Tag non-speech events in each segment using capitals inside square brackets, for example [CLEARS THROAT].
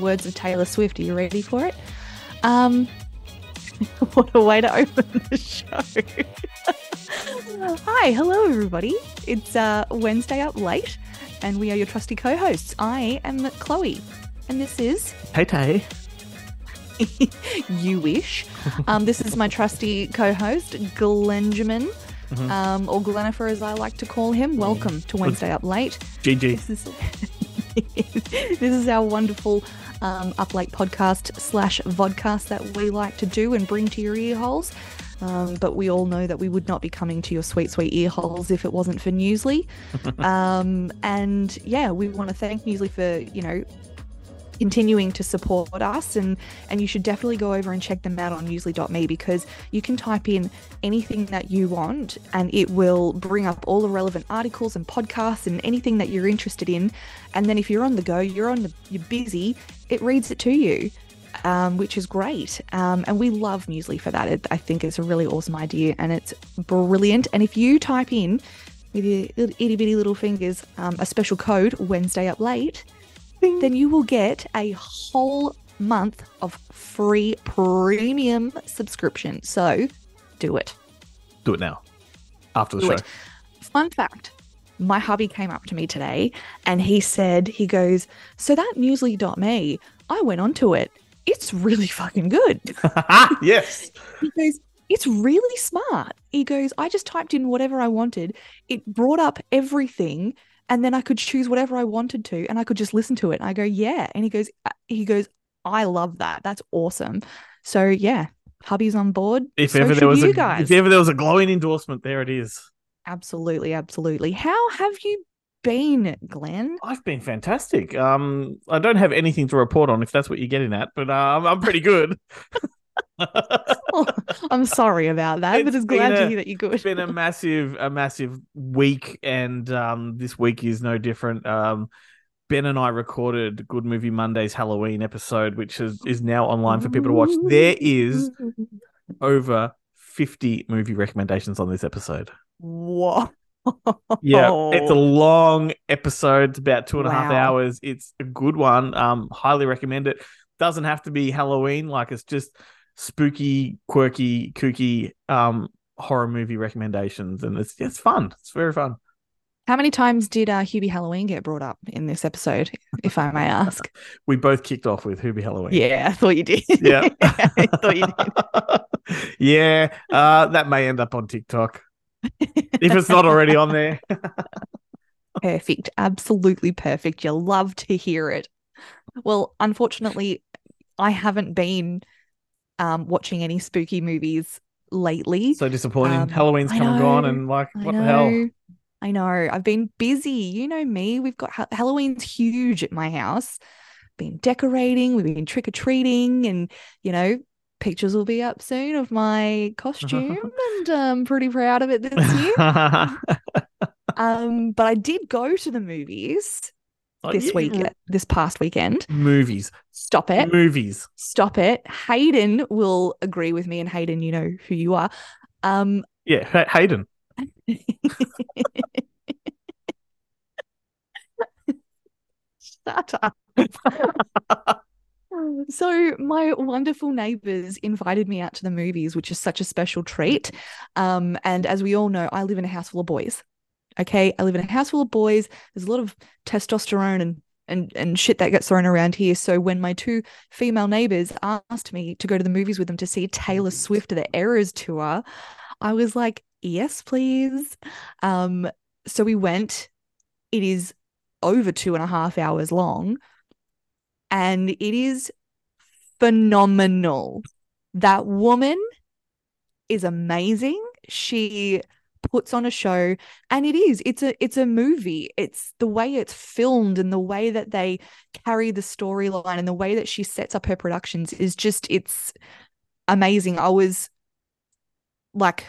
words of Taylor Swift. Are you ready for it? Um, [LAUGHS] what a way to open the show. [LAUGHS] Hi, hello everybody. It's uh, Wednesday up late, and we are your trusty co-hosts. I am Chloe, and this is [LAUGHS] Hey Tay. You Wish. Um, this is my trusty co-host Glenjamin, Mhm. um, or Glenifer as I like to call him. Welcome to Wednesday up late. GG. This is this is [LAUGHS] our wonderful um, up late podcast slash vodcast that we like to do and bring to your ear holes. Um, but we all know that we would not be coming to your sweet, sweet ear holes if it wasn't for Newsly. um, and yeah, we want to thank Newsly for you know continuing to support us and and you should definitely go over and check them out on newsly.me because you can type in anything that you want and it will bring up all the relevant articles and podcasts and anything that you're interested in and then if you're on the go you're on the you're busy it reads it to you um, which is great um, and we love newsly for that it, i think it's a really awesome idea and it's brilliant and if you type in with your little itty bitty little fingers um, a special code wednesday up late then you will get a whole month of free premium subscription. So do it. Do it now. After the Do show. [LAUGHS] it. Fun fact my hubby came up to me today and he said, he goes, So that newsly.me, I went onto it. It's really fucking good. Ah, [LAUGHS] yes. He goes, It's really smart. He goes, I just typed in whatever I wanted. It brought up everything. And then I could choose whatever I wanted to and I could just listen to it. And I go, Yeah. And he goes, "Uh," He goes, I love that. That's awesome. So, yeah, hubby's on board. If So ever should there was you a guys. if ever there was a glowing endorsement, there it is. Absolutely. Absolutely. How have you been, Glenn? I've been fantastic. Um, I don't have anything to report on if that's what you're getting at, but um, I'm pretty good. [LAUGHS] it's I'm sorry about that, but It's it's glad been to a- hear that you're good. been a massive, a massive week, and um, this week is no different. Um, Ben and I recorded Good Movie Monday's Halloween episode, which is, is now online for people to watch. There [LAUGHS] is over 50 movie recommendations on this episode. Whoa. Yeah, it's a long episode. It's about two and a half Oh. Wow. hours. It's a good one. Um, highly recommend it. Doesn't have to be Halloween. Like it's just spooky, quirky, kooky um horror movie recommendations, and it's it's fun. It's very fun. How many times did uh, Hubie Halloween get brought up in this episode, if I may ask? We both kicked off with Who Be Halloween. yeah, I thought you did. [LAUGHS] Yeah. I thought you did. [LAUGHS] yeah. Uh, that may end up on TikTok [LAUGHS] if it's not already on there. [LAUGHS] Perfect. Absolutely perfect. You love to hear it. Well, unfortunately, I haven't been um, watching any spooky movies lately. So disappointing. Um, Halloween's I come and gone, know. and like, I what know. the hell? I know. I've been busy. You know me. We've got ha- Halloween's huge at my house. Been decorating. We've been trick or treating, and you know, pictures will be up soon of [LAUGHS] my costume, and I'm pretty proud of it this year. um, but I did go to the movies Like, this you- week, this past weekend. Movies. Stop it. Mm. Movies. Stop it. Hayden will agree with me, and Hayden, you know who you are. Um, Yeah, Ha- Hayden. Shut up. so my wonderful neighbors invited me out to the movies, which is such a special treat. Um, and as we all know, I live in a house full of boys. Okay, I live in a house full of boys. There's a lot of testosterone and and and shit that gets thrown around here. So when my two female neighbors asked me to go to the movies with them to see Taylor Swift at the Eras tour, I was like, yes, please. Um, so we went. It is over two and a half hours long, and it is phenomenal. That woman is amazing. She puts on a show and it is it's a it's a movie it's the way it's filmed and the way that they carry the storyline and the way that she sets up her productions is just it's amazing i was like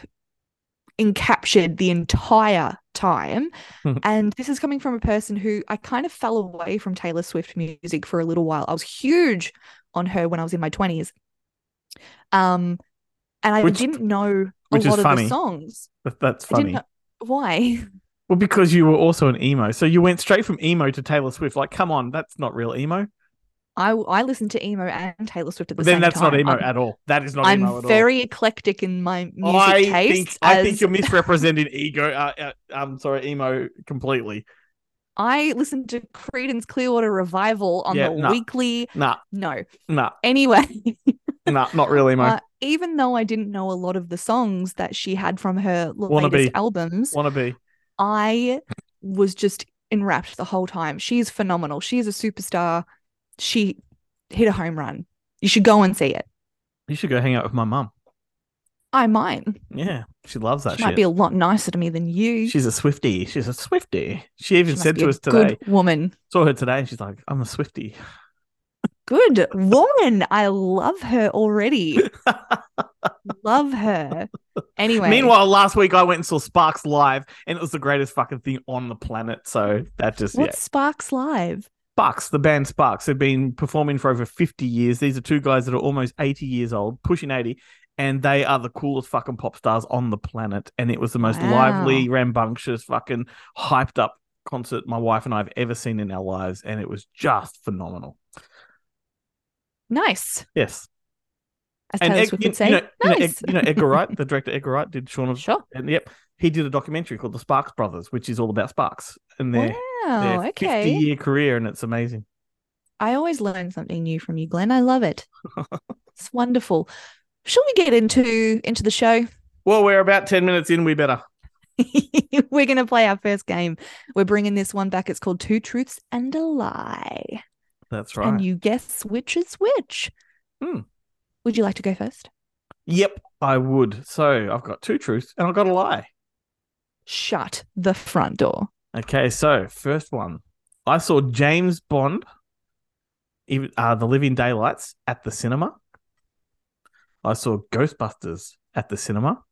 encaptured the entire time and this is coming from a person who i kind of fell away from taylor swift music for a little while i was huge on her when i was in my 20s um and i Which- didn't know a which is lot of funny. the songs That, that's I didn't funny. know- why? [LAUGHS] Well, because you were also an emo, so you went straight from emo to Taylor Swift. Like, come on, that's not real emo. I I listen to emo and Taylor Swift at the But then same that's time. not emo I'm, at all. That is not emo I'm at all. very eclectic in my music I taste. think I think as- you're misrepresenting ego. Uh, uh, I'm sorry, emo completely. I listen to Creedence Clearwater Revival on Yeah, the nah. weekly. Nah, No. nah, Anyway, nah, not real [LAUGHS] emo. uh, even though I didn't know a lot of the songs that she had from her Wannabe. latest albums, Wanna be? I was just enwrapped the whole time. She's phenomenal. She is a superstar. She hit a home run. You should go and see it. You should go hang out with my mum. I might. Yeah, she loves that She shit. might be a lot nicer to me than you. She's a Swifty. She's a Swifty. She She even must said be to a us today, Good woman. saw her today, and she's like, I'm a Swifty. Good woman. I love her [LAUGHS] already. love her. Anyway. Meanwhile, last week I went and saw Sparks live, and it was the greatest fucking thing on the planet. So that just, yeah. what's Sparks Live? Sparks, the band Sparks, have been performing for over 50 years. These are two guys that are almost 80 years old, pushing 80, and they are the coolest fucking pop stars on the planet. And it was the most Wow. lively, rambunctious, fucking hyped up concert my wife and I have ever seen in our lives. And it was just phenomenal. Nice. Yes. As Taylor Ed- Swift you, would say. you know, you know, Ed- nice. you know, Edgar Wright, the director Edgar Wright, did Shaun of. sure. And yep, he did a documentary called The Sparks Brothers, which is all about Sparks and their, wow. their Oh, Okay. 50 year career. And it's amazing. I always learn something new from you, Glenn. I love it. it's wonderful. Shall we get into into the show? [LAUGHS] Well, we're about 10 minutes in. We better. We're going to play our first game. We're bringing this one back. It's called Two Truths and a Lie. That's right. And you guess which is which. Hmm. Would you like to go first? Yep, I would. So I've got two truths and I've got a lie. Shut the front door. Okay, so first one, I saw James Bond, even uh, the Living Daylights at the cinema. I saw Ghostbusters at the cinema,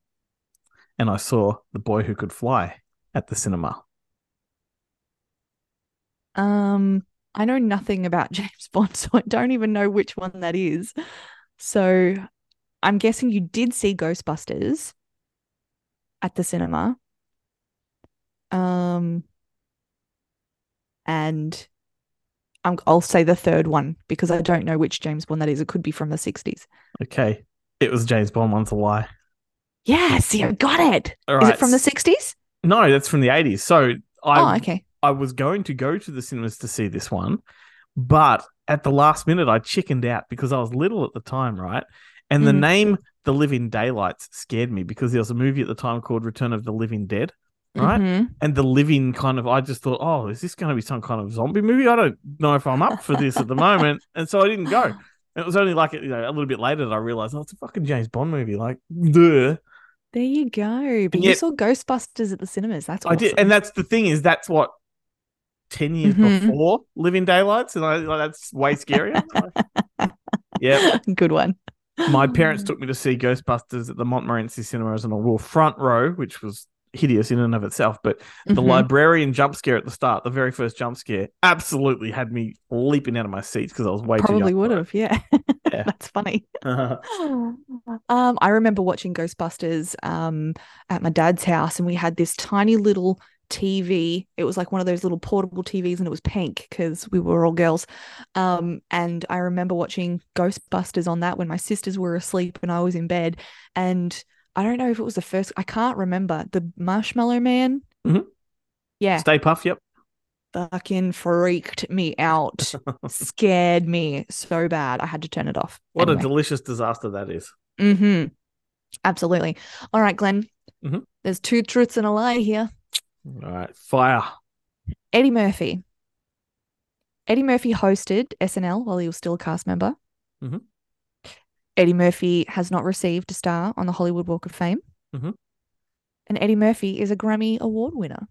and I saw The Boy Who Could Fly at the cinema. Um, I know nothing about [LAUGHS] James Bond, so I don't even know which one that is. So I'm guessing you did see Ghostbusters at the cinema. Um, and I'm, I'll say the third one because I don't know which James Bond that is. It could be from the 60s. Okay, it was James Bond. One's a lie. Yeah, see, I got it. Is All right, it from the 60s? no? That's from the eighties. So I Oh, okay. I was going to go to the cinemas to see this one, but at the last minute I chickened out because I was little at the time, right? And the Mhm. name The Living Daylights scared me because there was a movie at the time called Return of the Living Dead, right? Mhm. And the living kind of I just thought, oh, is this going to be some kind of zombie movie? I don't know if I'm up for [LAUGHS] this at the moment, and so I didn't go. And it was only like you know a little bit later that I realized, oh, it's a fucking James Bond movie. Like, duh. There you go. But you yet- saw Ghostbusters at the cinemas. That's I awesome. did, and that's the thing is that's what ten years Mhm. before Living Daylights, and I like, that's way [LAUGHS] scarier. yeah, Good one. my parents took me to see Ghostbusters at the Montmorency Cinemas, and I wore front row, which was hideous in and of itself. But the Mhm. librarian jump scare at the start, the very first jump scare, absolutely had me leaping out of my seats because I was way probably too young would for have yeah, [LAUGHS] Yeah. that's funny [LAUGHS] it. [SIGHS] um i remember watching ghostbusters um at my dad's house and we had this tiny little tv it was like one of those little portable tvs and it was pink because we were all girls um and i remember watching ghostbusters on that when my sisters were asleep and i was in bed and i don't know if it was the first i can't remember the marshmallow man Mhm. yeah Stay puff. Yep. fucking freaked me [LAUGHS] out scared me so bad i had to turn it off What a Anyway. delicious disaster that is. hmm Absolutely. All right, Glenn. Mhm. There's two truths and a lie here. All right, fire. Eddie Murphy. Eddie Murphy hosted SNL while he was still a cast member. Mhm. Eddie Murphy has not received a star on the Hollywood Walk of Fame. Mhm. And Eddie Murphy is a Grammy Award winner.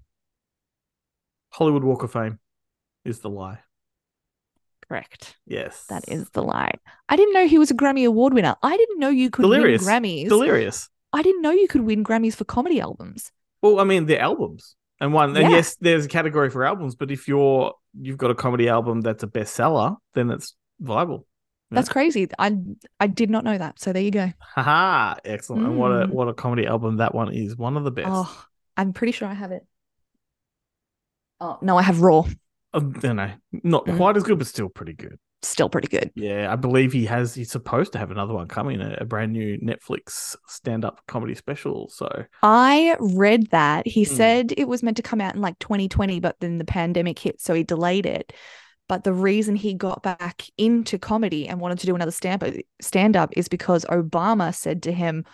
Hollywood Walk of Fame is the lie. Correct. Yes, That is the lie. I didn't know he was a Grammy Award winner. I didn't know you could Delirious. win Grammys. delirious. I didn't know you could win Grammys for comedy albums. Well, I mean, they're albums. And one, and Yeah. yes, there's a category for albums, but if you're you've got a comedy album that's a bestseller, then it's viable. Yeah. That's crazy. I I did not know that. So there you go. Haha, excellent. And what a Mm. what a comedy album that one is. One of the best. Oh, I'm pretty sure I have it. Oh no, I have raw. Um, you know, not Mm. quite as good, but still pretty good. still pretty good. Yeah, I believe he has. He's supposed to have another one coming, a, a brand new Netflix stand-up comedy special. So I read that. He Hmm. said it was meant to come out in like 2020, but then the pandemic hit, so he delayed it. But the reason he got back into comedy and wanted to do another stand stand up is because Obama said to him,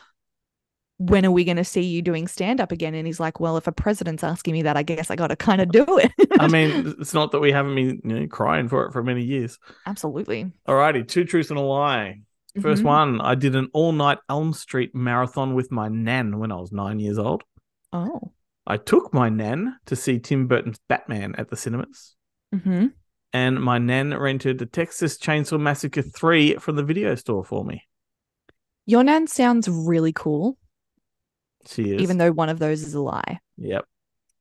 When are we going to see you doing stand up again? And he's like, Well, if a president's asking me that, I guess I got to kind of do it. I mean, it's not that we haven't been you know, crying for it for many years. [LAUGHS] absolutely. Alrighty, two truths and a lie. 1st Mhm. one, I did an all-night Elm Street marathon with my nan when I was nine years old. Oh. I took my nan to see Tim Burton's Batman at the cinemas, hmm and my nan rented the Texas Chainsaw Massacre three from the video store for me. Your nan sounds really cool, She is, even though one of those is a lie. yep,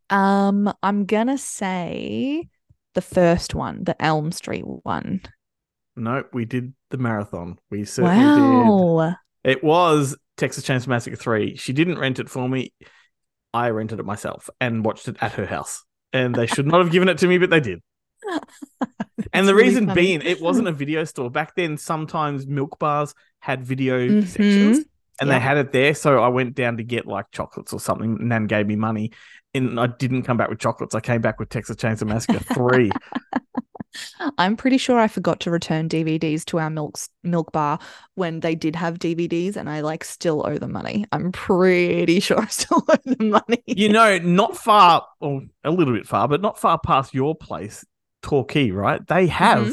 Um, I'm gonna say the first one, the Elm Street one. nope, we did the marathon. We certainly did. Wow. It was Texas Chainsaw Massacre 3. She didn't rent it for me. I rented it myself and watched it at her house. And they should not have given it to me, but they did. [LAUGHS] And the That's really reason funny. being, it wasn't a video store. Back then, sometimes milk bars had video sections and Mm-hmm. Yeah. they had it there. So I went down to get like chocolates or something. Nan gave me money and I didn't come back with chocolates. I came back with Texas Chainsaw Massacre [LAUGHS] 3. I'm pretty sure I forgot to return DVDs to our milks milk bar when they did have DVDs, and I like still owe them money. I'm pretty [LAUGHS] sure I still owe them money. you know, not far, or a little bit far, but not far past your place, Torquay, right? They have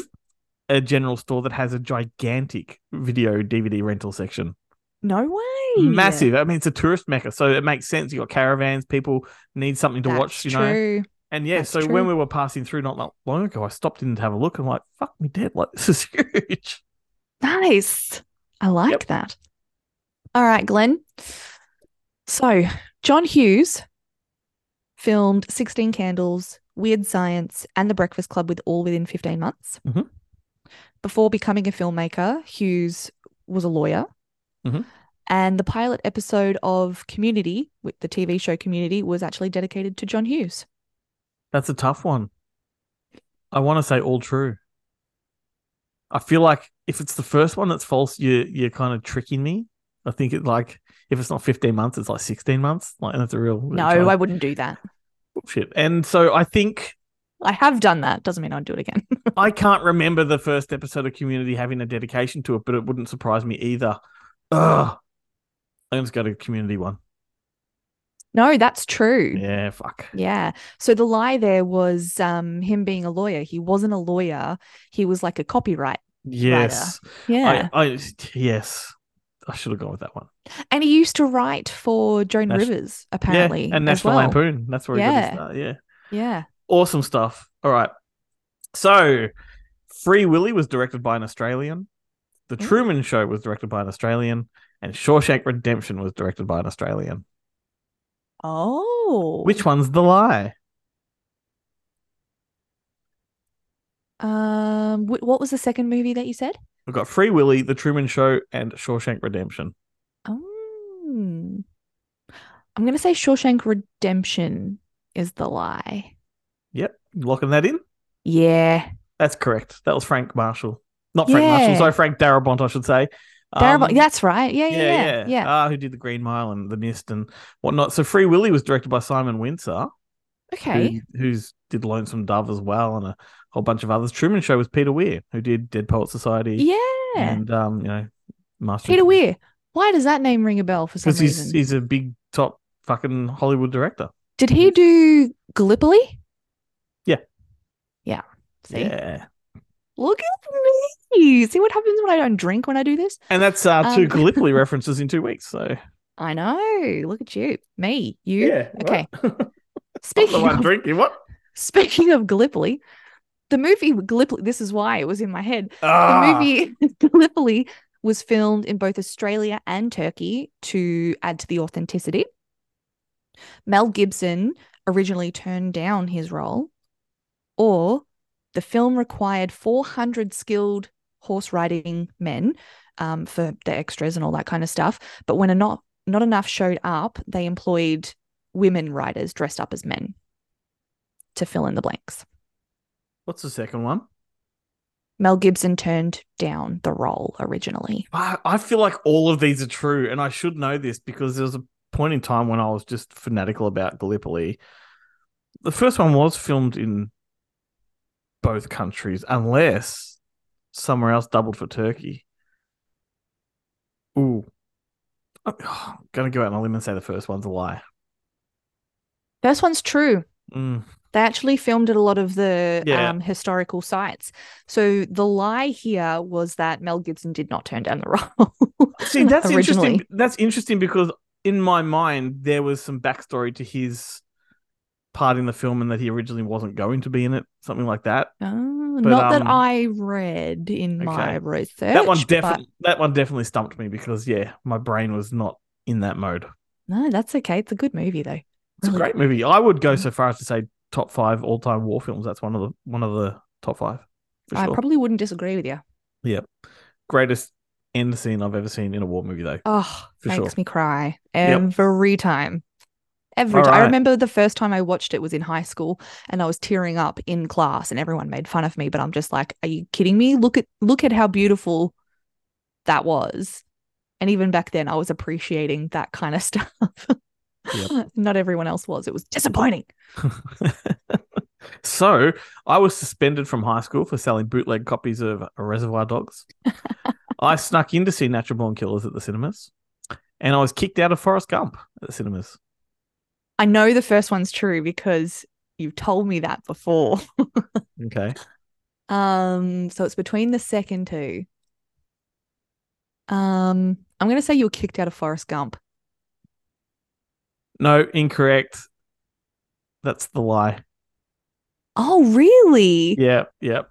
Mm-hmm. a general store that has a gigantic video DVD rental section. No way. Massive. I mean, it's a tourist mecca, so it makes sense. You got caravans, people need something to That's watch, you know. true. And yeah, That's so true. when we were passing through not that long ago, I stopped in to have a look. and like, fuck me dead, like [LAUGHS] this is huge. Nice. I like that. All right, Glenn. So, John Hughes filmed 16 Candles, Weird Science, and The Breakfast Club with all within 15 months. Mhm. Before becoming a filmmaker, Hughes was a lawyer. Mhm. And the pilot episode of Community, with the TV show Community, was actually dedicated to John Hughes. That's a tough one. I want to say all true. I feel like if it's the first one that's false, you you're kind of tricking me. I think it like if it's not 15 months, it's like 16 months. Like that's a real No, kind of I wouldn't do that. bullshit. And so I think I have done that. Doesn't mean I'd do it again. [LAUGHS] I can't remember the first episode of Community having a dedication to it, but it wouldn't surprise me either. Ugh. I just got a Community one. no, that's true. Yeah, fuck. Yeah. So the lie there was um him being a lawyer. He wasn't a lawyer. He was like a copyright. Yes, Yeah. I, I yes, I should have gone with that one. and he used to write for Joan Nas- Rivers, apparently. yeah, and as National well. Lampoon. That's where he got Yeah. his start. Yeah. Yeah. awesome stuff. All right. So, Free Willy was directed by an Australian. The Mm. Truman Show was directed by an Australian, and Shawshank Redemption was directed by an Australian. Oh. Which one's the lie? um wh- what was the second movie that you said? We've got Free Willy, The Truman Show, and Shawshank Redemption. Um I'm gonna say Shawshank Redemption is the lie. Locking that in? Yeah. That's correct. That was Frank Marshall. Not Frank Marshall, Yeah. sorry, Frank Darabont, I should say. Darabont- Um, that's right. Yeah, yeah, yeah. Yeah. Ah, who did The Green Mile and The Mist and whatnot. So, Free Willy was directed by Simon Windsor. Okay. who, who's did Lonesome Dove as well, and a whole bunch of others. Truman Show was Peter Weir, who did Dead Poet Society, Yeah. and um, you know, Master Peter Weir. Why does that name ring a bell for some because he's reason? he's a big top fucking Hollywood director. Did he do Gallipoli? Mm-hmm. Yeah. Yeah. See? Yeah, Look at me. See what happens when I don't drink when I do this? and that's [LAUGHS] uh, two Um, Gallipoli references in two weeks. So I know. Look at you. Me. You. yeah, Okay. Not [LAUGHS] the Speaking one of, drinking what? [LAUGHS] speaking of Gallipoli, the movie Gallipoli, this is why it was in my head. The Ah, movie [LAUGHS] Gallipoli was filmed in both Australia and Turkey to add to the authenticity. Mel Gibson originally turned down his role, or the film required 400 skilled horse riding men um, for the extras and all that kind of stuff. But when not, not enough showed up, they employed women riders dressed up as men to fill in the blanks. What's the second one? Mel Gibson turned down the role originally. I, I feel like all of these are true, and I should know this because there was a point in time when I was just fanatical about Gallipoli. The first one was filmed in both countries, unless somewhere else doubled for Turkey. Ooh. I'm [SIGHS] going to go out on a limb and say the first one's a lie. First one's true. Mm. They actually filmed at a lot of the Yeah. um, historical sites. So the lie here was that Mel Gibson did not turn down the [LAUGHS] role. See, that's interesting. Originally. That's interesting because in my mind, there was some backstory to his part in the film and that he originally wasn't going to be in it, something like that. Oh, not that Ah, um, I read in my okay. research. that one but- definitely that one definitely stumped me because yeah, my brain was not in that mode. No, that's okay. It's a good movie though. It's a Really great movie. I would go so far as to say top five all time war films. That's one of the one of the top five. for I sure. probably wouldn't disagree with you. Greatest end scene I've ever seen in a war movie though. Oh, For makes sure. me cry Yep. every time. Every All time. I right. remember the first time I watched it was in high school and I was tearing up in class and everyone made fun of me, but I'm just like, are you kidding me? Look at look at how beautiful that was. And even back then I was appreciating that kind of [LAUGHS] stuff. Yep. Not everyone else was. It was disappointing. Oh. [LAUGHS] so I was suspended from high school for selling bootleg copies of [LAUGHS] Reservoir Dogs. I snuck in to see Natural Born Killers at the cinemas, and I was kicked out of Forrest Gump at the cinemas. I know the first one's true because you've told me that before. Okay, Um, so it's between the second two. Um, I'm gonna say you were kicked out of Forrest Gump. no, incorrect. That's the lie. Oh, really? Yeah, yeah,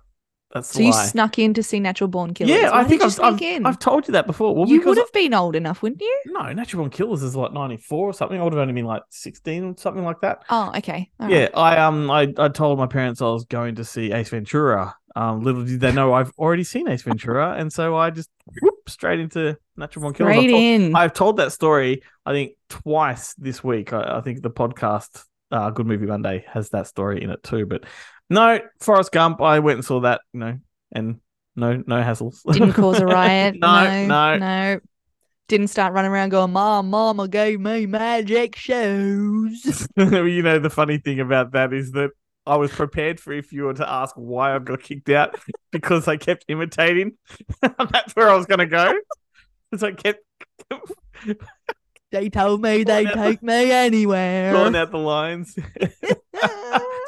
that's So the you lie. snuck in to see Natural Born Killers. yeah, Why I think did you I've, sneak I've, in? I've told you that before. Well, you because would have been old enough, wouldn't you? no, Natural Born Killers is like ninety four or something. I would have only been like sixteen or something like that. Oh, okay. All right. Yeah, I um I, I told my parents I was going to see Ace Ventura. Um, little did they know I've already seen Ace Ventura, and so I just whoop straight into Natural Born Killers. I've Straight told- in. [LAUGHS] I've told that story I think twice this week. I, I think the podcast uh, Good Movie Monday has that story in it too. But no, Forrest Gump. I went and saw that. You know, and no no hassles. Didn't [LAUGHS] cause a riot. No, no, no. no. Didn't start running around going, Mom, Mama gave me magic shoes. [LAUGHS] you know, the funny thing about that is that I was prepared for if you were to ask why I got kicked out [LAUGHS] because I kept imitating. [LAUGHS] That's where I was going to go. Because I kept They told me they'd take me anywhere. drawing out the lines.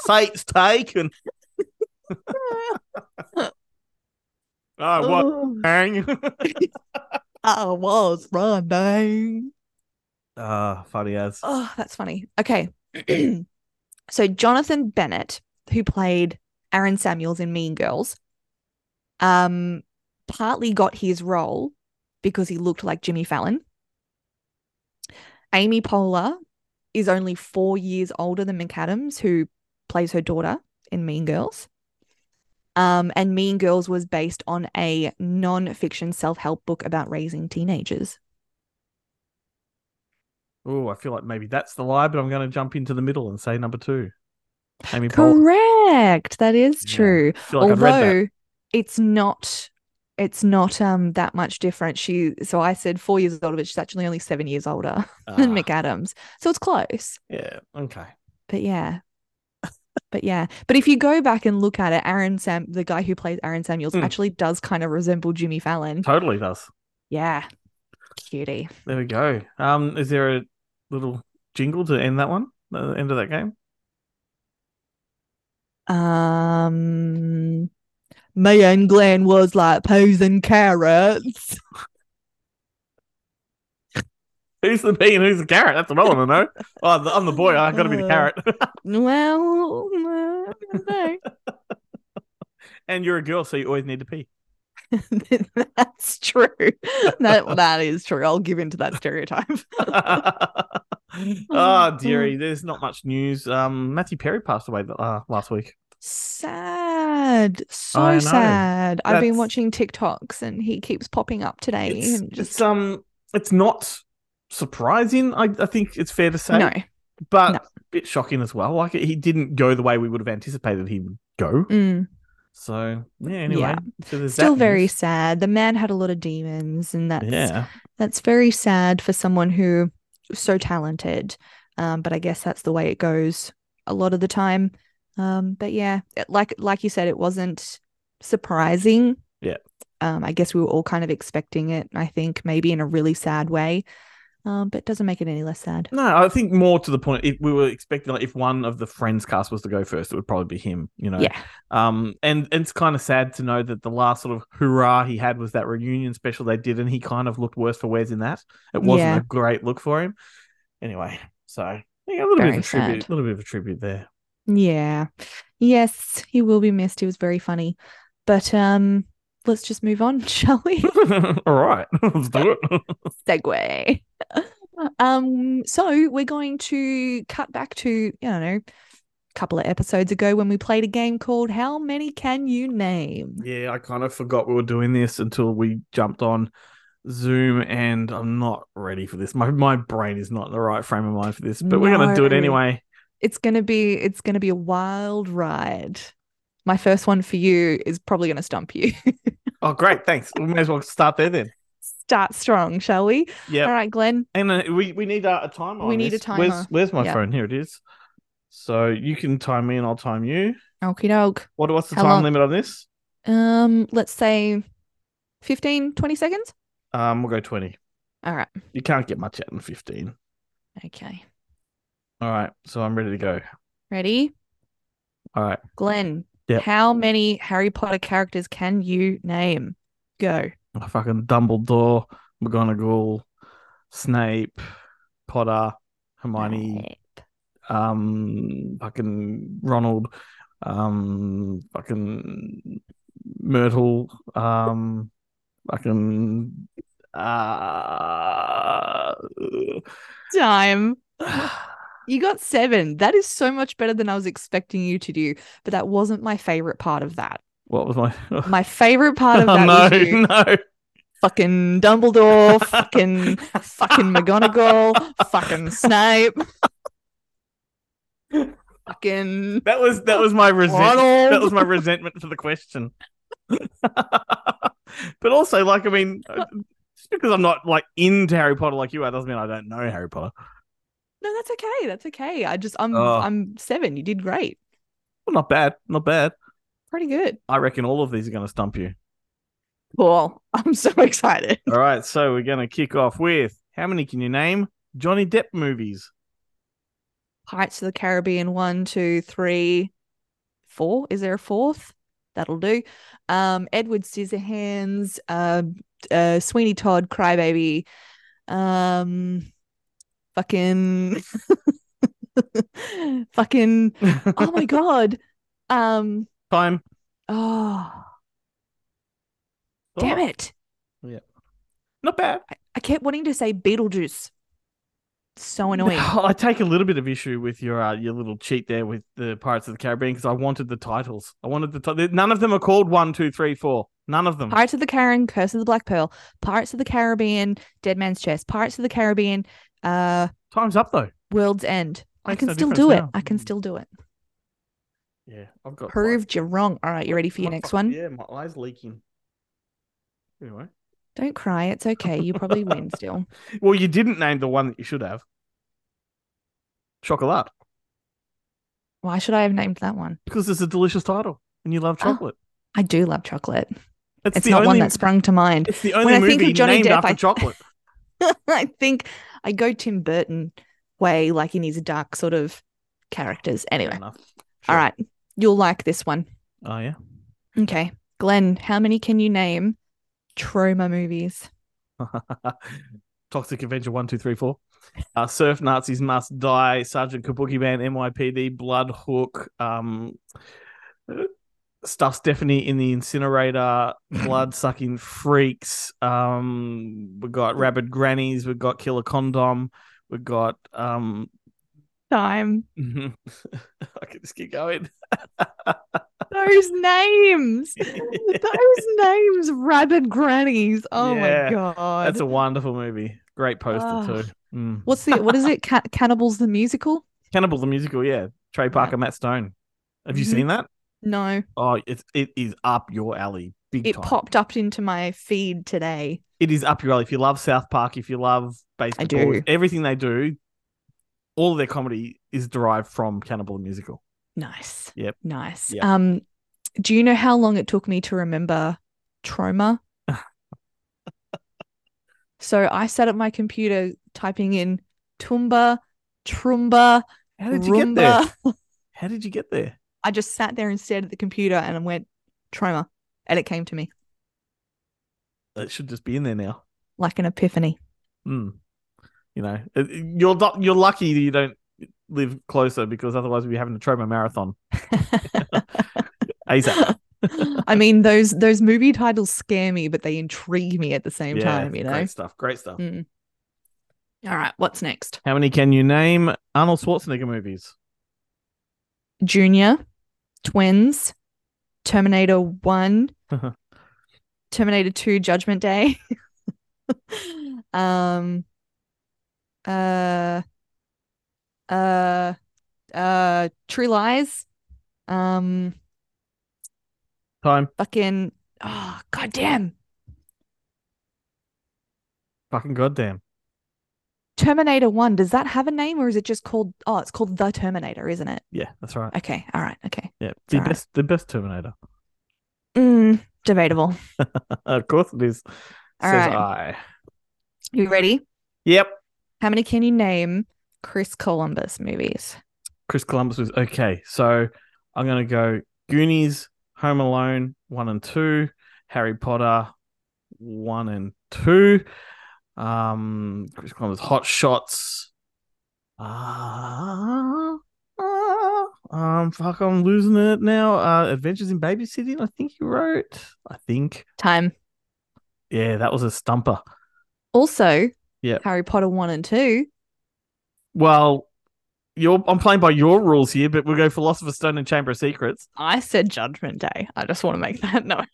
Sites [LAUGHS] taken. oh, [LAUGHS] what? Hang. [LAUGHS] [LAUGHS] I was running. Ah, funny as. Oh, that's funny. Okay. [CLEARS THROAT] so Jonathan Bennett, who played Aaron Samuels in Mean Girls, um, partly got his role because he looked like Jimmy Fallon. Amy Poehler is only four years older than McAdams, who plays her daughter in Mean Girls. Um, and Mean Girls was based on a non-fiction self-help book about raising teenagers. Oh, I feel like maybe that's the lie, but I'm going to jump into the middle and say number two. Amy Poehler. Correct. That is Yeah. true. I feel like I've read that. although it's not it's not um that much different she so i said four years older but she's actually only seven years older [LAUGHS] than Ah, mcadams so it's close yeah. Okay. but yeah [LAUGHS] but yeah but if you go back and look at it aaron sam the guy who plays aaron samuels Mm. actually does kind of resemble jimmy fallon Totally does. yeah cutie There we go. Um, is there a little jingle to end that one? The end of that game? um me and glenn was like peas and [LAUGHS] carrots Who's the bee and who's the carrot? That's what I want to know. Oh, the- I'm the boy. I've got to be the Uh. carrot. [LAUGHS] well uh, I don't know. and you're a girl, so you always need to pee. [LAUGHS] That's true. That that is true. I'll give in to that stereotype. [LAUGHS] oh, dearie. There's not much news. Um, Matthew Perry passed away uh, last week. Sad. I So know. sad. I've been That's- watching TikToks and he keeps popping up today It's, and just it's, um, it's not surprising. I, I think it's fair to say. no. but No. a bit shocking as well. Like he didn't go the way we would have anticipated he would go. Mm. So yeah, anyway, Yeah. so there's Still that very news. sad. The man had a lot of demons, and that's yeah. that's very sad for someone who was so talented. Um, but I guess that's the way it goes a lot of the time. Um, but yeah, it- like like you said, it wasn't surprising. Yeah. Um, I guess we were all kind of expecting it. I think maybe in a really sad way, um, but it doesn't make it any less sad. No, I think more to the point. If we were expecting, like, if one of the Friends cast was to go first, it would probably be him. You know, Yeah. Um, and, and it's kind of sad to know that the last sort of hurrah he had was that reunion special they did, and he kind of looked worse for wears in that. It wasn't Yeah. a great look for him. Anyway, so yeah, a little bit Very of a tribute, sad. a little bit of a tribute there. [LAUGHS] Yeah. Yes, he will be missed. He was very funny. But um let's just move on, [LAUGHS] shall we? All right, [LAUGHS] let's do it. Segue. [LAUGHS] Um so we're going to cut back to, you know, a couple of episodes ago when we played a game called How Many Can You Name? yeah, I kind of forgot we were doing this until we jumped on Zoom, and I'm not ready for this. My my brain is not in the right frame of mind for this, but we're gonna do it No. anyway. It's going to be it's going to be a wild ride. My first one for you is probably going to stump you. [LAUGHS] Oh, great, thanks. We may as well start there then. Start strong, shall we? Yeah, All right, Glenn. and uh, we we need uh, a timer. We on need a this. Where's timer. Where's my Yeah. phone? Here it is. So you can time me, and I'll time you. Okie doke. What what's the How time long? limit on this? Um, let's say 15, 20 seconds. Um, we'll go twenty. All right. You can't get much out in fifteen. Okay. All right, so I'm ready to go. Ready? All right. Glenn, Yep. how many Harry Potter characters can you name? Go. Oh, fucking Dumbledore, McGonagall, Snape, Potter, Hermione, Snape. um, fucking Ronald, um, fucking Myrtle, um, fucking uh, Time. You got seven. That is so much better than I was expecting you to do. But that wasn't my favorite part of that. what was my [LAUGHS] Oh, My favorite part of that no, was you no. fucking Dumbledore, fucking fucking McGonagall, fucking Snape, fucking That was that was my resentment. Ronald. That was my resentment for the question. [LAUGHS] but also, like, I mean, uh, just because I'm not like into Harry Potter like you are, doesn't mean I don't know Harry Potter. No, that's okay. That's okay. I just I'm Oh. I'm seven. You did great. Well, not bad, not bad. Pretty good. I reckon all of these are going to stump you. Cool. [LAUGHS] I'm so excited. All right, so we're going to kick off with how many can you name Johnny Depp movies? Heights of the Caribbean one, two, three, four. Is there a fourth? That'll do. Um, Edward Scissorhands, uh, uh, Sweeney Todd, Crybaby, um, fucking, [LAUGHS] fucking. [LAUGHS] Oh my god. Um. Time. Oh, damn Oh, it. Not bad. I kept wanting to say Beetlejuice. So annoying. [LAUGHS] I take a little bit of issue with your uh, your little cheat there with the Pirates of the Caribbean because I wanted the titles. I wanted the ti- none of them are called one, two, three, four. None of them. Pirates of the Caribbean, Curse of the Black Pearl, Pirates of the Caribbean, Dead Man's Chest, Pirates of the Caribbean, uh, Time's up though. World's End. I Makes can no still difference do it. now. I can Mm. still do it. Yeah, I've got Proved you wrong. All right, you ready for your my next fuck- one? Yeah, my eyes leaking. Anyway, Don't cry. It's okay. You [LAUGHS] probably win still. well, you didn't name the one that you should have. Chocolate, Why should I have named that one? because it's a delicious title, and you love Ah, chocolate. I do love chocolate. it's, It's the not only. one that sprung to [LAUGHS] mind. [LAUGHS] It's the only I movie think of Johnny named Depp, after I- [LAUGHS] chocolate. I think I go Tim Burton way, like in his dark sort of characters. Anyway, Fair enough. all Sure. right. You'll like this one. Oh yeah. Okay. Glenn, how many can you name trauma movies? [LAUGHS] Toxic Avenger one two three four. Uh, Surf Nazis must die. Sergeant Kabuki Man, NYPD, Blood Hook. Um, uh, stuff Stephanie in [LAUGHS] the incinerator. Blood sucking freaks. Um, we got rabid grannies. We got killer condom. We got um. [LAUGHS] Time. I can just keep going. [LAUGHS] [LAUGHS] Those names. Those [LAUGHS] names, rabid grannies. Oh Yeah, my god. That's a wonderful movie. Great poster Oh. too. Mm. What's the what is it? Ca- Cannibals the musical? Cannibal the musical, yeah. Trey Parker, Matt Stone. Have you Mhm. seen that? No, Oh, it's it is up your alley. Big it time. popped up into my feed today. it is up your alley. If you love South Park, if you love Basement do. Boys, everything they do, all of their comedy is derived from Cannibal the Musical. Nice. Yep. Nice. Yep. Um, do you know how long it took me to remember [LAUGHS] trauma? so I sat at my computer typing in Tumba, Trumba, How did you get there? Roomba. How did you get there? I just sat there and stared at the computer and I went trauma, and it came to me It should just be in there now. like an epiphany. Mm. You know, it- it- you're not, you're lucky that you don't live closer because otherwise we'd be having to trauma [LAUGHS] marathon [LAUGHS] ASAP. I mean, those those movie titles scare me, but they intrigue me at the same Yeah, time. You know. great stuff. Great stuff. Mm. All right, what's next? How many can you name Arnold Schwarzenegger movies? Junior, Twins, Terminator One, Terminator Two, Judgment Day. [LAUGHS] um. Uh. Uh. Uh. True Lies. Um. Time. Fucking. Oh goddamn. Fucking goddamn. Terminator One. Does that have a name, or is it just called? Oh, it's called the Terminator, isn't it? Yeah, that's right. Okay. All right. Okay. Yeah, the all right. best, the best Terminator. [LAUGHS] Mm, debatable. of course it is. All says right. I. You ready? Yep. How many can you name Chris Columbus movies? Chris Columbus was okay. So I'm gonna go Goonies, Home Alone, one and two, Harry Potter, one and two, um, Chris Columbus, Hot Shots. Uh, uh, um, fuck, I'm losing it now. Uh, Adventures in Babysitting, I think you wrote. I think, Time. yeah, that was a stumper. Also, Yep. Harry Potter 1 and 2. Well, you're I'm playing by your rules here, but we'll go Philosopher's Stone and Chamber of Secrets. I said Judgment Day. I just want to make that [LAUGHS] known.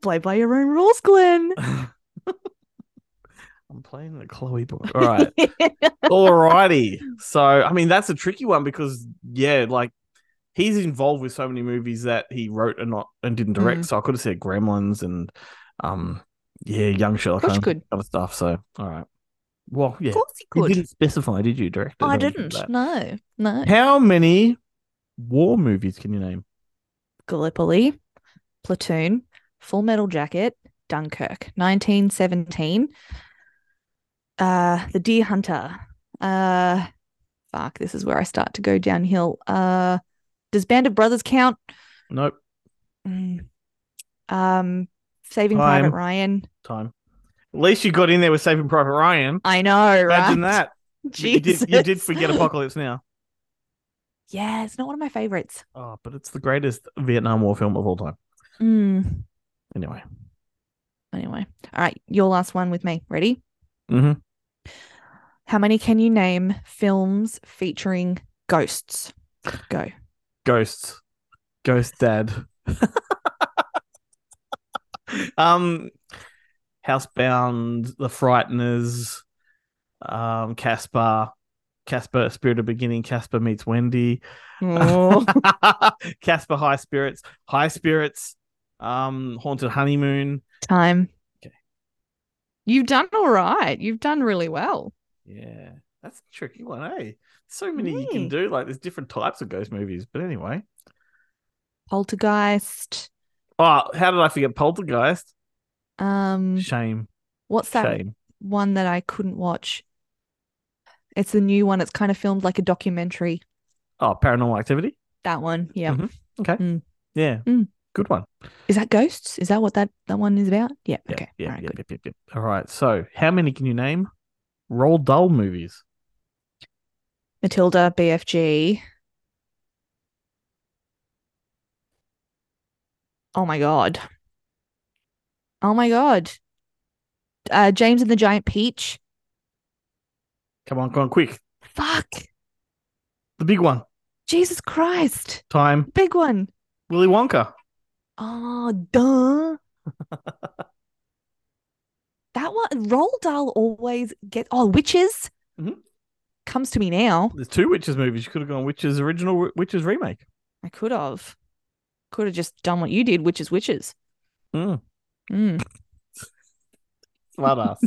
Play by your own rules, Glenn. [LAUGHS] I'm playing the Chloe book. All right. [LAUGHS] Alrighty. So I mean that's a tricky one because yeah, like he's involved with so many movies that he wrote and not and didn't direct. Mm. So I could have said Gremlins and um yeah, young Sherlock course you Holmes could. other stuff. So all right. Well, yeah. Of course you You could. didn't specify, did you, director? I How did you do didn't. that? No, no. How many war movies can you name? Gallipoli, Platoon, Full Metal Jacket, Dunkirk, 1917, uh, The Deer Hunter. Uh, fuck, this is where I start to go downhill. Uh, does Band of Brothers count? Nope. Mm. Um, Saving Time. Private Ryan. Time. At least you got in there with Saving Private Ryan. I know, Imagine right? [LAUGHS] that. But You did, you did forget Jesus. Apocalypse Now. Yeah, it's not one of my favorites. Oh, but it's the greatest Vietnam War film of all time. Mm. Anyway. Anyway, all right, your last one with me. Ready? hmm How many can you name films featuring ghosts? Go. Ghosts. Ghost Dad. [LAUGHS] um Housebound, The Frighteners, um, Casper, Casper, Spirit of Beginning, Casper meets Wendy. Oh. [LAUGHS] Casper High Spirits, High Spirits, um, Haunted Honeymoon. [LAUGHS] Time. Okay. You've done all right. You've done really well. Yeah, that's a tricky one, eh? So many you can Mm. do. Like, there's different types of ghost movies. But anyway, Poltergeist. oh, how did I forget Poltergeist? Um, Shame, what's that shame. one that I couldn't watch? It's the new one. It's kind of filmed like a documentary. Oh, Paranormal Activity. That one. Yeah. Mhm. Okay, Mm. yeah, Mm. good one. Is that ghosts? Is that what that that one is about? Yeah. Yeah, okay. yeah, all right. yeah, Good. yeah, yeah, yeah. All right. So, how many can you name? Roll Dull movies. Matilda, BFG. Oh my god. Oh my god. Uh, James and the Giant Peach. Come on, come on, quick. Fuck. The big one. Jesus Christ. Time. Big one. Willy Wonka. Oh, duh. that one, Roald Dahl always get. Oh, witches. Mhm. comes to me now. There's two Witches movies. You could have gone Witches original, Witches remake. I could have, could have just done what you did, which is witches. Mm. Mm. [LAUGHS] Smart ass.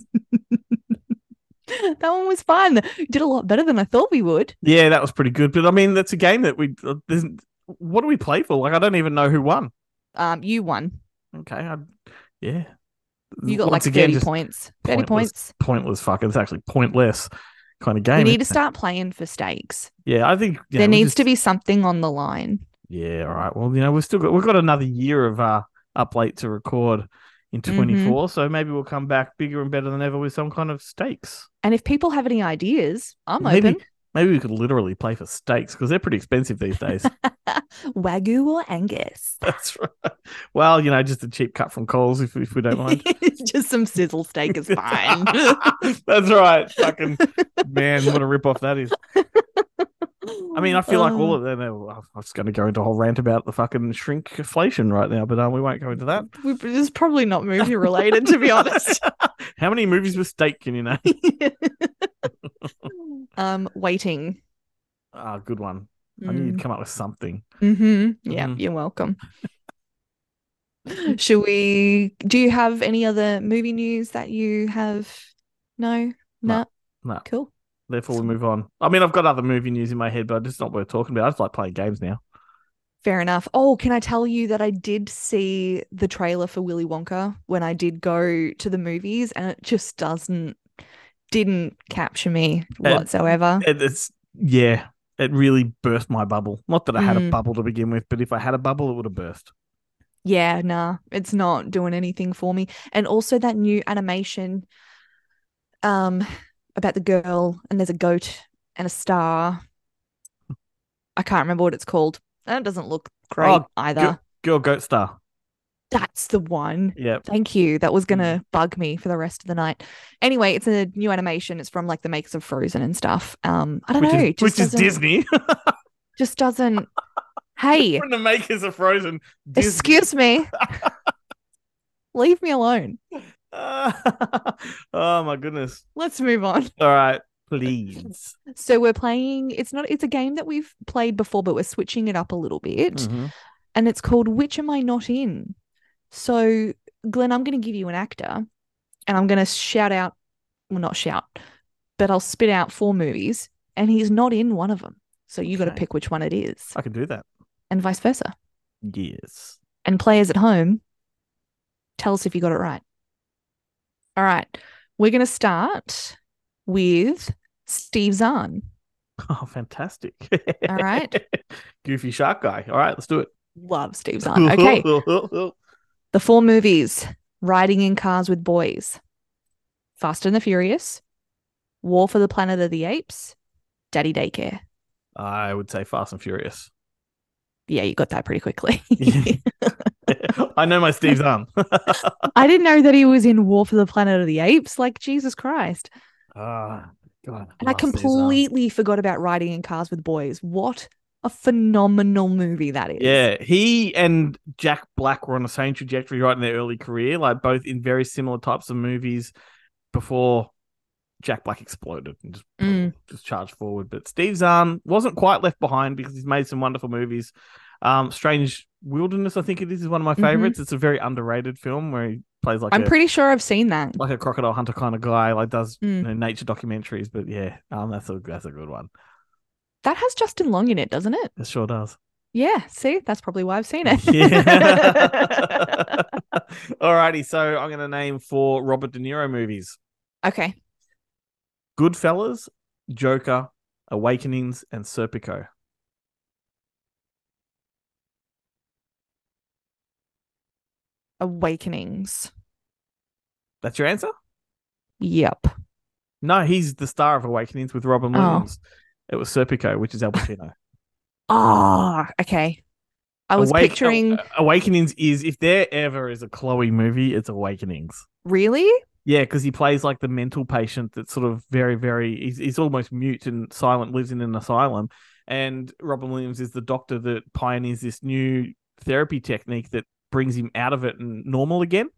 that one was fun. You did a lot better than I thought we would. yeah, that was pretty good. But I mean, that's a game that we. uh, There's, what do we play for? Like, I don't even know who won. Um, you won. Okay, I, yeah. You got Mm, Once like again, thirty just points. Thirty pointless. points. pointless. Fuck, it's actually pointless kind of game. We need isn't to it? start playing for stakes. Yeah, I think you there know, we needs just- to be something on the line. Yeah, all right. Well, you know, we've still got we've got another year of uh up late to record in Mhm. 24, so maybe we'll come back bigger and better than ever with some kind of stakes. And if people have any ideas, I'm maybe open. maybe we could literally play for stakes because they're pretty expensive [LAUGHS] these days. Wagyu or Angus? That's right. Well, you know, just a cheap cut from Coles if, if we [LAUGHS] don't mind. Just some sizzle steak is [LAUGHS] fine. That's right. [LAUGHS] Fucking man, what a rip off that is. I mean, I feel like Uh. Um, all of them. I was going to go into a whole rant about the fucking shrinkflation right now, but um, we won't go into that. We, it's probably not movie related, [LAUGHS] [LAUGHS] to be honest. How many movies with steak can you [LAUGHS] name? um, waiting. Ah, good one. I knew Mm. you'd come up with something. Mm-hmm. Yeah, Mhm. you're welcome. Should we? Do you have any other movie news that you have? No, No, Nah? no. Cool. Therefore, we move on. I mean, I've got other movie news in my head, but it's not worth talking about. I just like playing games now. Fair enough. Oh, can I tell you that I did see the trailer for Willy Wonka when I did go to the movies, and it just doesn't didn't capture me Uh, whatsoever. It, it's yeah, it really burst my bubble. Not that I had a Mm. bubble to begin with, but if I had a bubble, it would have burst. Yeah, nah, it's not doing anything for me. And also that new animation um about the girl and there's a goat and a star. I can't remember what it's called. That doesn't look great Oh, either. Girl, Girl Goat Star. That's the one. Yeah, Thank you. That was going to Mm. bug me for the rest of the night. Anyway, it's a new animation. It's from like the makers of Frozen and stuff. Um, I don't which know. is it which just is doesn't- Disney. [LAUGHS] Just doesn't. Hey, From the makers of Frozen. Disney. excuse me. Leave me alone. [LAUGHS] oh my goodness. Let's move on. All right, please. So we're playing. It's not. It's a game that we've played before, but we're switching it up a little bit, Mhm. and it's called "Which Am I Not In." So, Glenn, I'm going to give you an actor, and I'm going to shout out. Well, not shout, but I'll spit out four movies, and he's not in one of them. So you got to Okay. pick which one it is, I can do that. and vice versa. Yes. And players at home, tell us if you got it right. All right, we're going to start with Steve Zahn. [LAUGHS] Oh, fantastic. All right. [LAUGHS] Goofy shark guy. All right, let's do it. Love Steve [LAUGHS] Zahn. Uh, Okay. The four movies Riding in Cars with Boys, Fast and the Furious, War for the Planet of the Apes, Daddy Daycare. I would say Fast [LAUGHS] and Furious. [LAUGHS] Yeah, you got that pretty quickly. I know my Steve's [LAUGHS] arm. I didn't know that he was in War for the Planet of the Apes. Like, Jesus Christ. Ah, God. And I completely forgot about Riding in Cars with Boys. What a phenomenal movie that is. Yeah, he and Jack Black were on the same trajectory right in their early career, like both in very similar types of movies before Jack Black exploded and just, Mm. just charged forward. But Steve Zahn wasn't quite left behind because he's made some wonderful movies. Um, Strange Wilderness, I think it is, is one of my Mhm. favorites. It's a very underrated film where he plays like I'm a pretty sure I've seen that. like a crocodile hunter kind of guy, like does you Mm. know, nature documentaries. But yeah, um, that's a that's a good one. That has Justin Long in it, doesn't it? It sure does. Yeah. See, that's probably why I've seen it. [LAUGHS] Yeah. Alrighty, so I'm gonna name four Robert De Niro movies: [LAUGHS] okay. Goodfellas, Joker, Awakenings, and Serpico. Awakenings. That's your answer? Yep. No, he's the star of Awakenings with Robin Oh. Williams. It was Serpico, which is Al Pacino. Ah, okay. [LAUGHS] I was Awake- picturing Awakenings is if there ever is a Chloe movie, it's Awakenings. really? Yeah, because he plays like the mental patient that's sort of very, very. He's, he's almost mute and silent, lives in an asylum. And Robin Williams is the doctor that pioneers this new therapy technique that brings him out of it and normal again.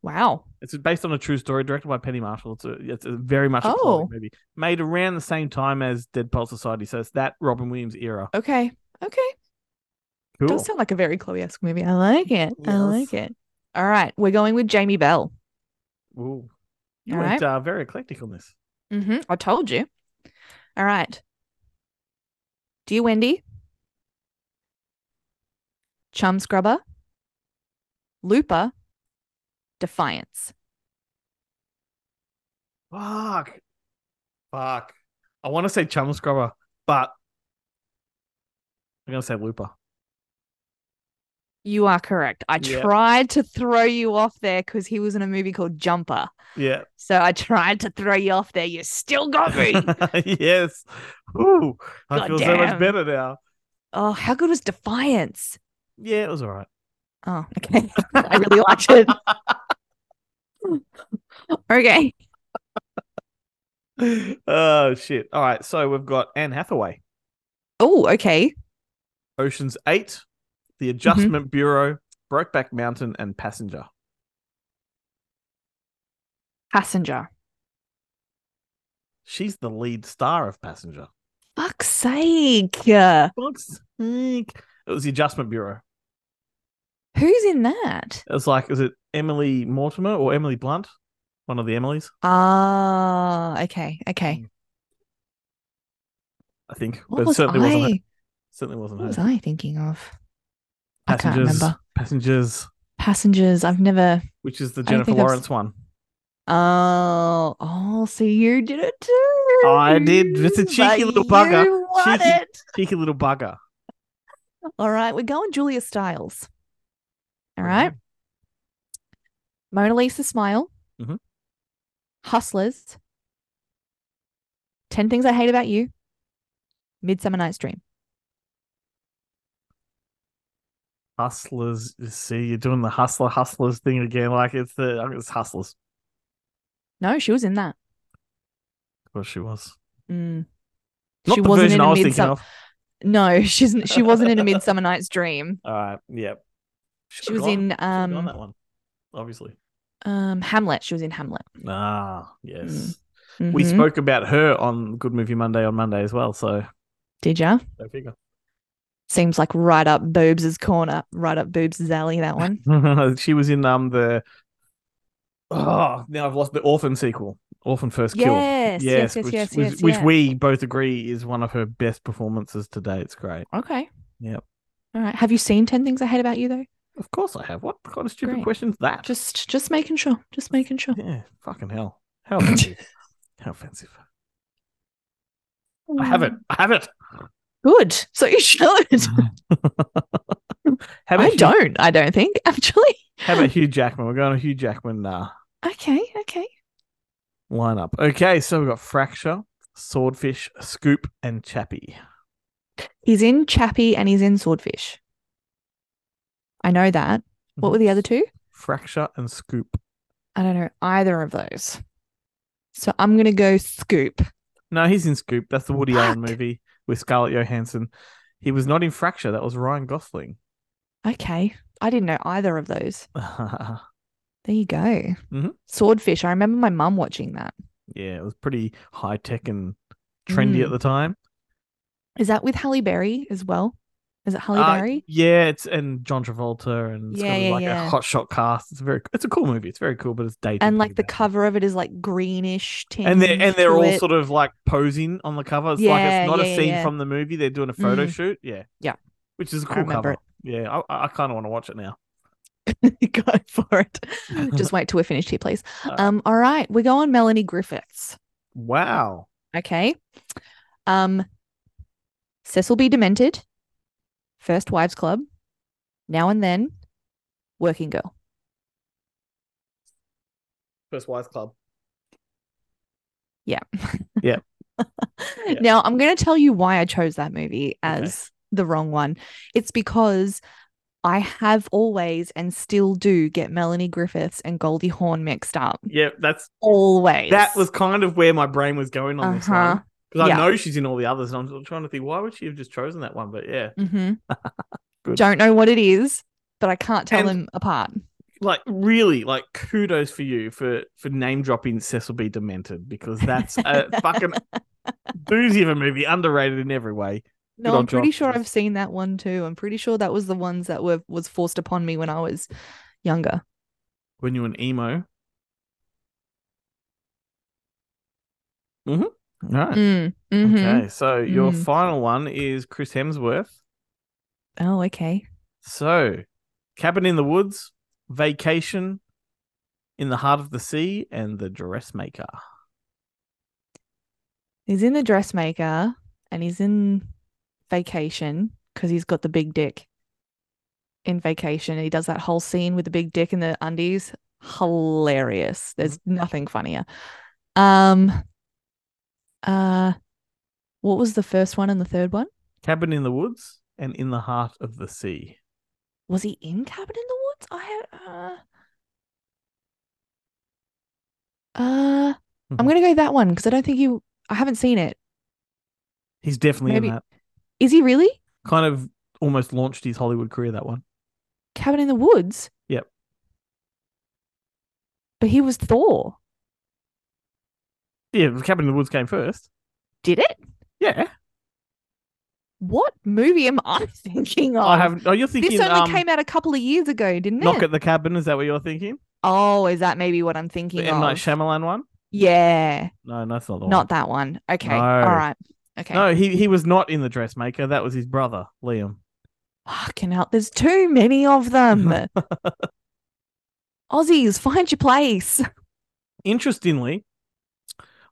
Wow. It's based on a true story directed by Penny Marshall. It's a, it's a very much a classic Oh. movie made around the same time as Dead Pulse Society. So it's that Robin Williams era. Okay. Okay. Cool. Does sound like a very Chloe-esque movie. I like it. I Yes. like it. All right. We're going with Jamie Bell. Ooh. You All went right. uh, very eclectic on this. Mm-hmm. I told you. All right. Dear Wendy. Chum Scrubber. Looper. Defiance. Fuck. Fuck. I want to say Chum Scrubber, but I'm going to say Looper. You are correct. I Yeah. tried to throw you off there because he was in a movie called Jumper. Yeah. So I [LAUGHS] tried to throw you off there. You still got [LAUGHS] me. yes. Ooh. I feel so much Goddamn. better now. oh, how good was Defiance? Yeah, it was all right. [LAUGHS] Oh, okay. [LAUGHS] I really liked it. okay. oh shit. All right. So we've got Anne Hathaway, Oh, okay. Ocean's Eight, The Adjustment Bureau, Brokeback Mountain, and Passenger. Passenger. She's the lead star of Passenger. Fuck's sake. Uh, Fuck's sake. It was the Adjustment Bureau. Who's in that? It was like, is it Emily Mortimer or Emily Blunt? One of the Emilys, Ah, okay. Okay. I think. What Mm, but it was certainly wasn't her. I? Certainly wasn't What was her. I thinking of? I can't Passengers. remember. Passengers, Passengers. I've never. which is the don't Jennifer think I've s- Lawrence one. Oh, oh, so you did it too. I did. It's a cheeky But little bugger. You won Cheeky. it. Cheeky little bugger. All right, we're going Julia Stiles. All right. Mm-hmm. Mona Lisa Smile, Mhm. Hustlers, 10 Things I Hate About You, Midsummer Night's Dream. Hustlers. You see, you're doing the hustler hustlers thing again. Like it's the I mean, it's hustlers. No, she was in that. Of course she was. Mm. Not she the wasn't version in I a was thinking Midsummer. of. No, [LAUGHS] she's n- she wasn't [LAUGHS] in a Midsummer Night's Dream. All right. Yep. She was in on um, that one, obviously. um Hamlet. She was in Hamlet. Ah, yes. We Mhm. spoke about her on Good Movie Monday on Monday as well. So Did ya? go figure. Seems like right up Boobs' corner, right up Boobs' alley. That one. [LAUGHS] she was in um the oh now I've lost the Orphan sequel, Orphan First Kill. yes, yes, yes, yes, which, yes, which, which yeah. we both agree is one of her best performances to date. It's great. Okay. Yep. All right. Have you seen Ten Things I Hate About You though? Of course I have. What kind of stupid Great. question's that? Just just making sure. Just making sure. yeah, fucking hell. [LAUGHS] How offensive. How offensive. I have it. I have [LAUGHS] it. Mm. Good. So you [LAUGHS] should. How about I Hugh- don't. I don't think [LAUGHS] actually. How about Hugh Jackman? We're going to Hugh Jackman uh, Okay. Okay. lineup. Okay, so we've got Fracture, Swordfish, Scoop, and Chappie. He's in Chappie and he's in Swordfish. I know that. What were the other two? Fracture and Scoop. I don't know either of those. So I'm gonna go Scoop. No, he's in Scoop. That's the Woody Allen Fuck. movie with Scarlett Johansson. He was not in Fracture. That was Ryan Gosling. Okay. I didn't know either of those. [LAUGHS] yeah, There you go. Mhm. Swordfish. I remember my mum watching that. it was pretty high tech and trendy at Mm. the time. Is that with Halle Berry as well? Is it Halle Uh, Berry? yeah, it's and John Travolta and it's Yeah, got yeah, like a yeah. hot shot cast. It's very it's a cool movie. It's very cool, but it's dated. And pretty like the badly. cover of it is like greenish tinge. and they're and they're to all it. [LAUGHS] sort of like posing on the cover. It's like Yeah, it's not yeah, a scene yeah. from the movie. They're doing a photo Mm. shoot. Yeah, Yeah. which is a I cool remember cover. Yeah, I, I kind of want to watch it now. go for [LAUGHS] it. Just wait till we're finished here, please. Uh, Um, all right, we go on Melanie Griffiths. Wow, Okay. Um, Cecil B. Demented, First Wives Club, Now and Then, Working Girl. First Wives Club. Yeah. Yeah. Yeah. Now I'm going to tell you why I chose that movie Okay. as the wrong one. It's because I have always and still do get Melanie Griffiths and Goldie Hawn mixed up. Yeah, that's Always. that was kind of where my brain was going on this Uh-huh. one because Yeah. I know she's in all the others, and I'm trying to think why would she have just chosen that one? But yeah, Mm-hmm. [LAUGHS] Good. Don't know what it is, but I can't tell And- them apart. like really like kudos for you for for name dropping Cecil B. Demented because that's a fucking doozy of a movie, underrated in every way. No, Good I'm old pretty job. sure I've seen that one too. I'm pretty sure that was the ones that were was forced upon me when I was younger. When you're an emo. Mm-hmm. All right. Mm, mhm. Okay. So your Mhm. final one is Chris Hemsworth. Oh, okay. So, Cabin in the Woods, Vacation, In the Heart of the Sea, and The Dressmaker. He's in the dressmaker and he's in vacation because he's got the big dick in vacation. And he does that whole scene with the big dick in the undies. Hilarious. There's nothing funnier. Um uh what was the first one and the third one? Cabin in the Woods and In the Heart of the Sea. Was he in Cabin in the Woods? I ha- uh, uh I'm Mhm. gonna go that one because I don't think you I haven't seen it. He's definitely Maybe- in that. Is he really? Kind of almost launched his Hollywood career, that one. Cabin in the Woods. Yep. But he was Thor. Yeah, Cabin in the Woods came first. Did it? Yeah. What movie am I [LAUGHS] thinking of? I have. Oh, you're thinking. this only um, came out a couple of years ago, didn't Knock it? at the Cabin. Is that what you're thinking? Oh, is that maybe what I'm The thinking M. Night of? Shyamalan one? yeah, No, that's not the not one. that one. Okay, No. all right. Okay, No, he, he was not in The Dressmaker. That was his brother, Liam. fucking hell, there's too many of [LAUGHS] them. Aussies, find your place. [LAUGHS] Interestingly,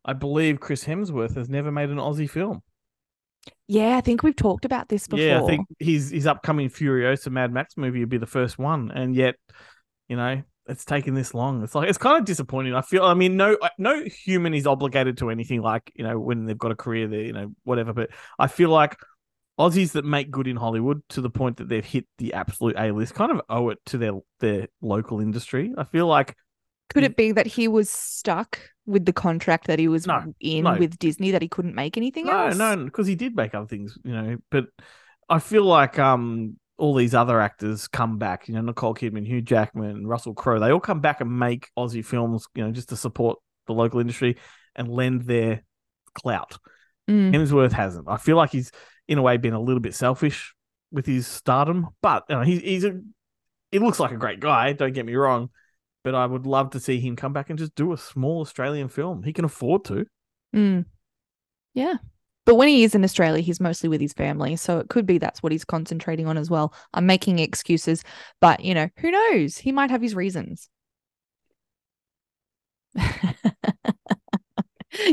I believe Chris Hemsworth has never made an Aussie film. Yeah, I think we've talked about this before. Yeah, I think his his upcoming Furiosa Mad Max movie would be the first one, and yet, you know, it's taken this long. It's like it's kind of disappointing. I feel. I mean, no uh, no human is obligated to anything. Like you know, when they've got a career, they you know whatever. But I feel like Aussies that make good in Hollywood to the point that they've hit the absolute A list kind of owe it to their their local industry. I feel like Could Mm. it be that he was stuck with the contract that he was No, in no. with Disney that he couldn't make anything no, else? no, because he did make other things, you know. But I feel like um all these other actors come back, you know, Nicole Kidman, Hugh Jackman, Russell Crowe, they all come back and make Aussie films, you know, just to support the local industry and lend their clout. Mm. Hemsworth hasn't. I feel like he's in a way been a little bit selfish with his stardom, but you know, he's he's a he looks like a great guy. Don't get me wrong, but I would love to see him come back and just do a small Australian film. He can afford to. Mm. Yeah. But when he is in Australia, he's mostly with his family. So it could be that's what he's concentrating on as well. I'm making excuses, but you know, who knows? He might have his reasons. [LAUGHS]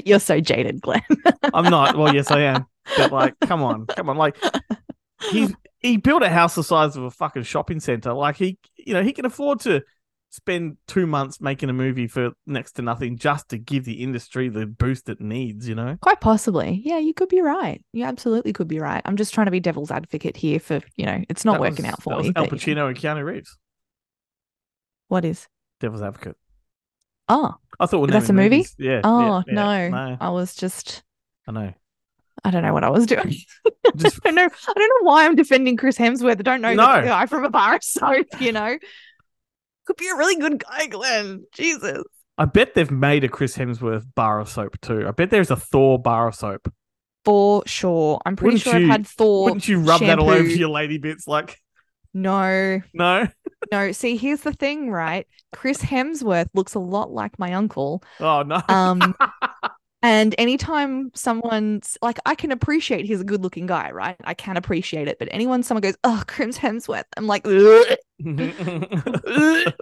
You're so jaded, Glenn. I'm not. Well, yes, I am. But like, come on, come on. Like, he's he built a house the size of a fucking shopping center. Like he, you know, he can afford to spend two months making a movie for next to nothing just to give the industry the boost it needs. You know. [LAUGHS] Quite possibly. Yeah, you could be right. You absolutely could be right. I'm just trying to be devil's advocate here for, you know, it's not That working was- out for that me. Was Al but, you know, Pacino and Keanu Reeves. What is? Devil's Advocate. Oh, I thought we That's a movie? Yeah. yeah, oh, yeah. no. No. I was just, I know. I don't know what I was doing. [LAUGHS] Just I don't know. I don't know why I'm defending Chris Hemsworth. I don't know No. the guy from a bar, so you know, could be a really good guy, Glenn. Jesus, I bet they've made a Chris Hemsworth bar of soap too. I bet there's a Thor bar of soap. for sure. I'm pretty Wouldn't sure you- I've had Thor. Wouldn't you rub that all over shampoo. your lady bits? Like, No, no. no. See, here's the thing, right? Chris Hemsworth looks a lot like my uncle. Oh no. [LAUGHS] Um, and anytime someone's like, I can appreciate he's a good looking guy, right? I can appreciate it. But anyone someone goes, oh, Chris Hemsworth, I'm like, "Ugh."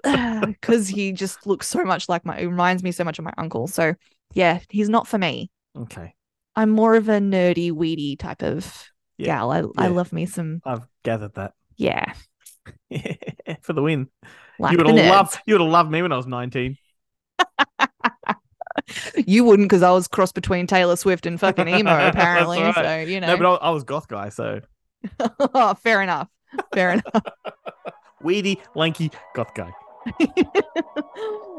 Um, [LAUGHS] [LAUGHS] because he just looks so much like my. It reminds me so much of my uncle. So yeah, he's not for me. okay. I'm more of a nerdy, weedy type of Yeah, gal. I I yeah. love me some. I've gathered that. [LAUGHS] Yeah, For the win. like you would the have nerds. loved you would have loved me when I was 19. You wouldn't because I was cross between Taylor Swift and [LAUGHS] fucking emo, That's apparently. right. So you know, No, but I, I was goth guy, so [LAUGHS] Oh, fair enough. Fair enough. [LAUGHS] weedy, lanky, goth guy.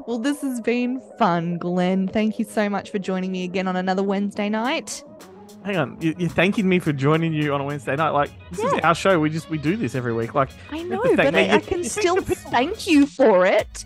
well, this has been fun, Glenn. Thank you so much for joining me again on another Wednesday night. hang on, you- you're thanking me for joining you on a Wednesday night. Like this is Yeah. our show. We just we do this every week. Like I the know, thing- but yeah, I, you- I can you think still the people- thank you for [LAUGHS] it.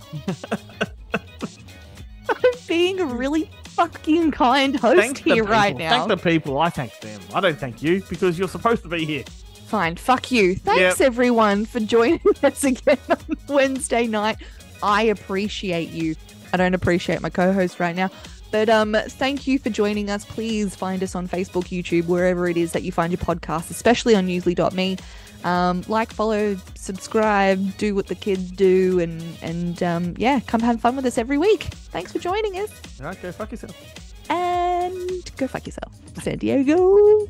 I'm being really fucking kind host thank here the people. right now. Thank the people. I thank them. I don't thank you because you're supposed to be here. Fine, fuck you. Thanks everyone for joining [LAUGHS] us again on Wednesday night. I appreciate you. I don't appreciate my co-host right now. But um thank you for joining us. Please find us on Facebook, YouTube, wherever it is that you find your podcast, especially on newsly.me. Um, like, follow, subscribe, do what the kids do, and and um, yeah, come have fun with us every week. Thanks for joining us, All right, go fuck yourself. and go fuck yourself, San Diego.